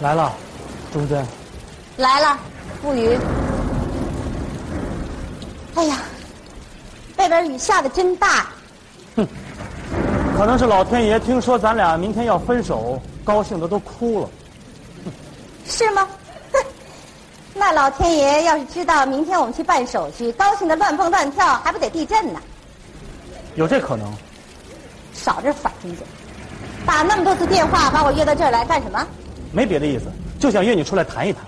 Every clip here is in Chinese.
来了，忠贞。来了，木鱼。哎呀，外边雨下的真大。哼，可能是老天爷听说咱俩明天要分手，高兴的都哭了。是吗？哼，那老天爷要是知道明天我们去办手续，高兴的乱蹦乱跳，还不得地震呢？有这可能？少这反应嘴！打那么多次电话把我约到这儿来干什么？没别的意思，就想约你出来谈一谈。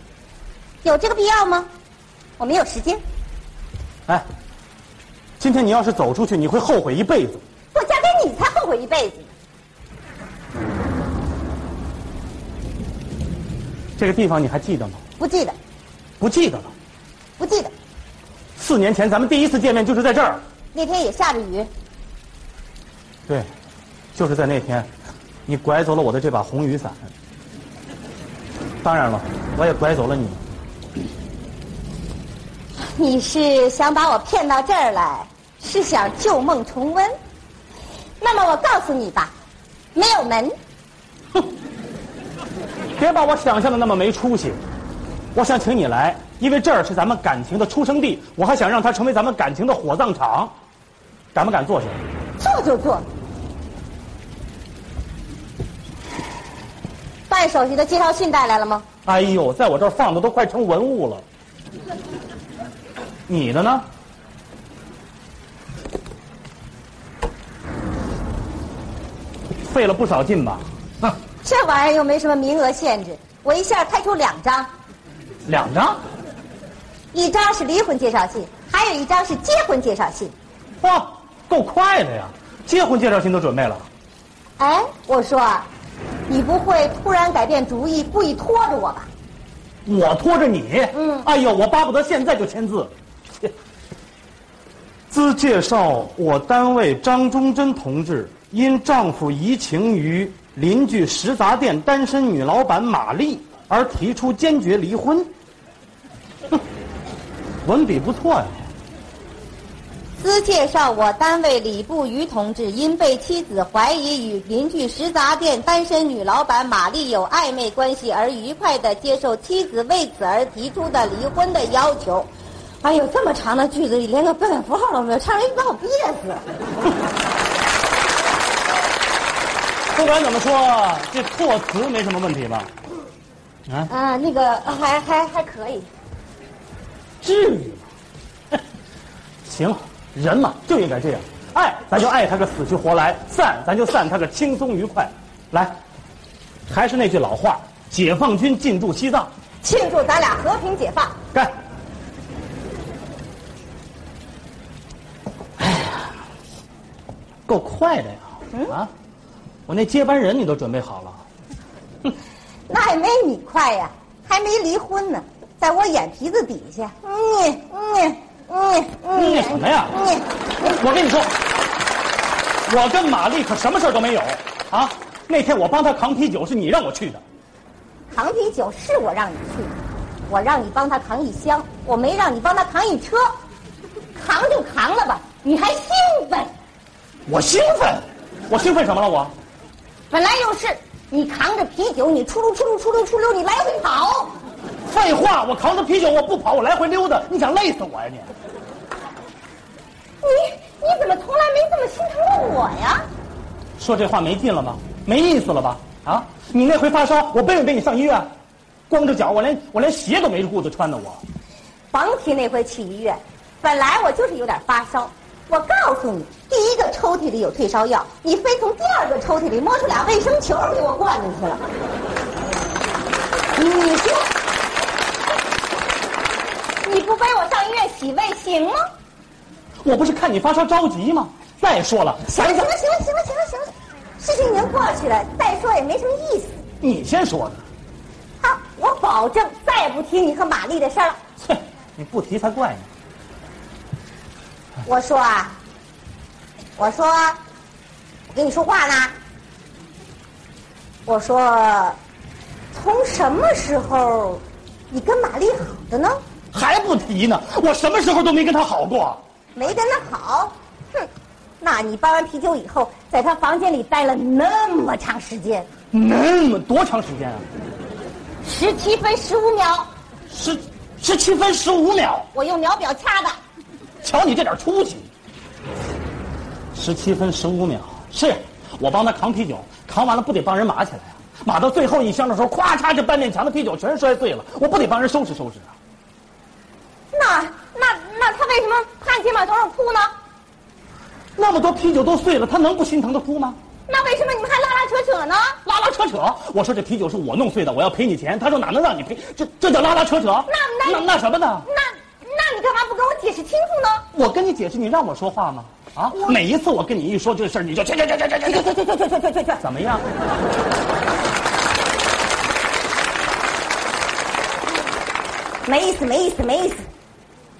有这个必要吗？我没有时间。哎，今天你要是走出去，你会后悔一辈子。我嫁给你才后悔一辈子。这个地方你还记得吗？不记得，不记得了。不记得。四年前咱们第一次见面就是在这儿。那天也下着雨。对，就是在那天，你拐走了我的这把红雨伞。当然了，我也拐走了你。你是想把我骗到这儿来，是想旧梦重温？那么我告诉你吧，没有门。哼！别把我想象的那么没出息。我想请你来，因为这儿是咱们感情的出生地，我还想让它成为咱们感情的火葬场。敢不敢坐下？坐就坐。办手续的介绍信带来了吗？哎呦，在我这儿放的都快成文物了。你的呢？费了不少劲吧？啊，这玩意儿又没什么名额限制，我一下开出两张。两张？一张是离婚介绍信，还有一张是结婚介绍信。哇，够快的呀！结婚介绍信都准备了。哎，我说，你不会突然改变主意，故意拖着我吧？我拖着你？嗯。哎呦，我巴不得现在就签字。 兹介绍我单位张忠贞同志，因丈夫移情于邻居食杂店单身女老板马丽而提出坚决离婚。哼，文笔不错呀、啊。兹介绍我单位李步余同志，因被妻子怀疑与邻居食杂店单身女老板马丽有暧昧关系而愉快地接受妻子为此而提出的离婚的要求。哎呦，这么长的句子里连个标点符号都没有，差点把我憋死。不管怎么说，这措辞没什么问题吧？啊啊，那个还还还可以。至于吗？ 行，人嘛就应该这样，爱咱就爱他个死去活来，散咱就散他个轻松愉快。来，还是那句老话，解放军进驻西藏，庆祝咱俩和平解放。干！哎够快的呀！嗯、啊，我那接班人你都准备好了，那也没你快呀，还没离婚呢，在我眼皮子底下。嗯你你你嗯你什么呀？你我跟你说，我跟玛丽可什么事都没有啊！那天我帮她扛啤酒是你让我去的，扛啤酒是我让你去的，我让你帮她扛一箱，我没让你帮她扛一车，扛就扛了吧，你还兴奋？我兴奋，我兴奋什么了？我本来就是你扛着啤酒，你出溜出溜出溜出溜，你来回跑。废话，我扛着啤酒，我不跑，我来回溜达。你想累死我呀你？你你怎么从来没这么心疼过我呀？说这话没劲了吧？没意思了吧？啊！你那回发烧，我背没背你上医院？光着脚，我连我连鞋都没顾得穿呢。我甭提那回去医院，本来我就是有点发烧。我告诉你，第一个抽屉里有退烧药，你非从第二个抽屉里摸出俩卫生球给我灌进去了。你说，你不背我上医院洗胃行吗？我不是看你发烧着急吗？再说了，行了行了行了行了行了行了，事情已经过去了，再说也没什么意思。你先说的。啊，我保证再也不提你和玛丽的事儿了。切，你不提才怪呢。我说啊，我说，我跟你说话呢。我说，从什么时候你跟玛丽好的呢？还不提呢，我什么时候都没跟她好过。没跟她好，哼！那你搬完啤酒以后，在她房间里待了那么长时间，那么多长时间啊？十七分十五秒，十十七分十五秒，我用秒表掐的。瞧你这点出息！十七分十五秒，是我帮他扛啤酒，扛完了不得帮人码起来啊？码到最后一箱的时候，咵嚓，这半面墙的啤酒全摔碎了，我不得帮人收拾收拾啊？那那那他为什么趴你肩膀头上哭呢？那么多啤酒都碎了，他能不心疼的哭吗？那为什么你们还拉拉扯扯呢？拉拉扯扯，我说这啤酒是我弄碎的，我要赔你钱。他说哪能让你赔？这这叫拉拉扯扯？那那那那什么呢？那那你干嘛不跟我解释清楚呢？我跟你解释，你让我说话吗？啊，每一次我跟你一说这事儿，你就去去去去去去去去去去去去去，怎么样？没意思，没意思，没意思。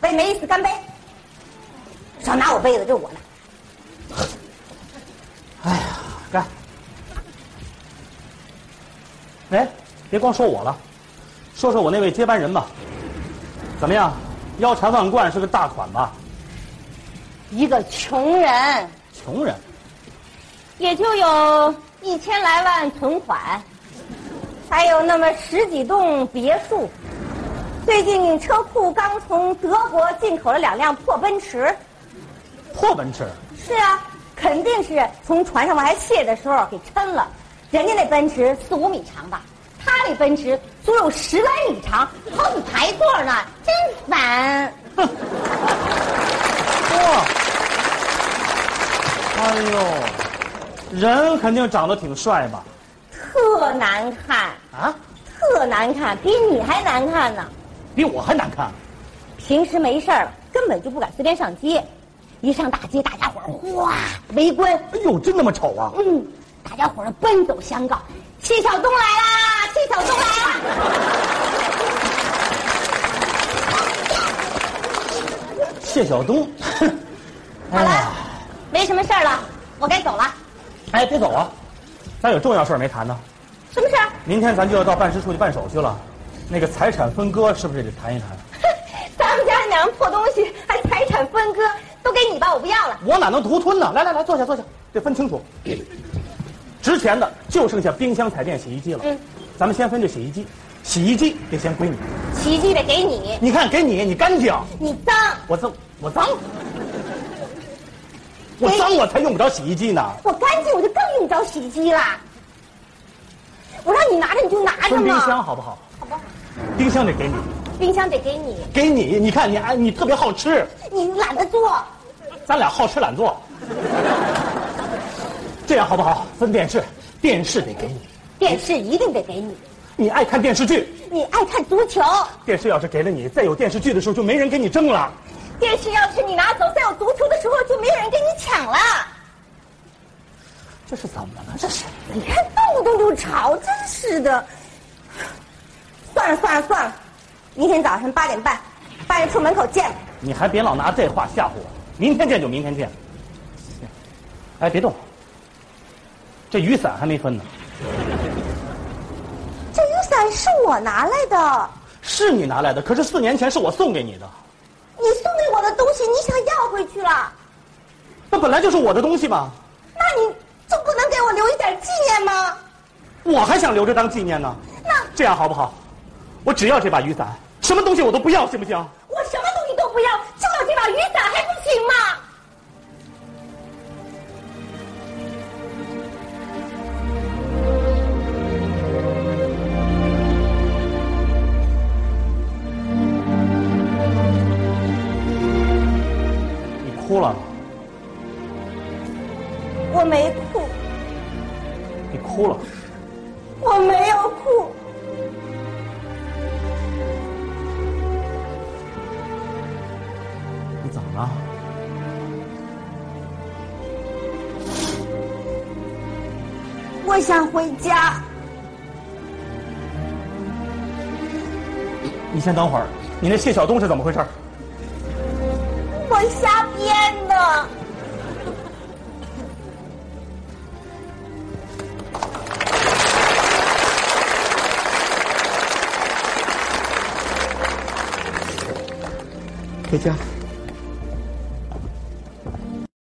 喂，没意思，干杯！少拿我杯子，这是我的。哎呀，干！哎，别光说我了，说说我那位接班人吧。怎么样？腰缠万贯是个大款吧？一个穷人，穷人，也就有一千来万存款，还有那么十几栋别墅。最近车库刚从德国进口了两辆破奔驰。破奔驰，是啊，肯定是从船上往下卸的时候给抻了。人家那奔驰四五米长吧，他那奔驰足有十来米长，好几排座呢，真烦。哇、哎呦，人肯定长得挺帅吧？特难看，啊，特难看，比你还难看呢。比我还难看。平时没事儿了，根本就不敢随便上街，一上大街，大家伙儿哗围观，哎呦，真那么丑啊！嗯，大家伙儿奔走相告，戚晓东来啦，戚晓东来啦。谢晓东， 哎哼好了，，没什么事儿了，我该走了。哎，别走啊，咱有重要事儿没谈呢。什么事儿？ 明天咱就要到办事处去办手续了，那个财产分割是不是也得谈一谈？咱们家两样破东西，还财产分割，都给你吧，我不要了。我哪能独吞呢？来来来，坐下坐下，得分清楚。值钱的就剩下冰箱、彩电、洗衣机了。嗯，咱们先分这洗衣机，洗衣机得先归你。洗衣机得给你，你看，给你，你干净。你脏。我脏，我脏，我脏，我才用不着洗衣机呢。我干净，我就更用不着洗衣机啦。我让你拿着你就拿着分嘛。冰箱好不好？好吧，冰箱得给你，冰箱得给你，给你。你看你哎，你特别好吃，你懒得做。咱俩好吃懒做。这样好不好？分电视，电视得给你。电视一定得给你，你爱看电视剧，你爱看足球，电视要是给了你，再有电视剧的时候就没人跟你争了。电视要是你拿走，再有足球的时候就没有人跟你抢了。这是怎么了？这是你看动不动就吵，真是的。算了算了算了，明天早上八点半，办事处门口见。你还别老拿这话吓唬我。明天见就明天见。哎，别动，这雨伞还没分呢。这雨伞是我拿来的，是你拿来的，可是四年前是我送给你的，你送给我的东西，你想要回去了，那本来就是我的东西嘛，那你就不能给我留一点纪念吗？我还想留着当纪念呢。那这样好不好？我只要这把雨伞，什么东西我都不要，行不行？我什么东西都不要，就要这把雨伞还不行吗？你哭了，我没哭，你哭了，我没有哭，你怎么了？我想回家。你先等会儿，你那谢晓东是怎么回事？我瞎编的。回家。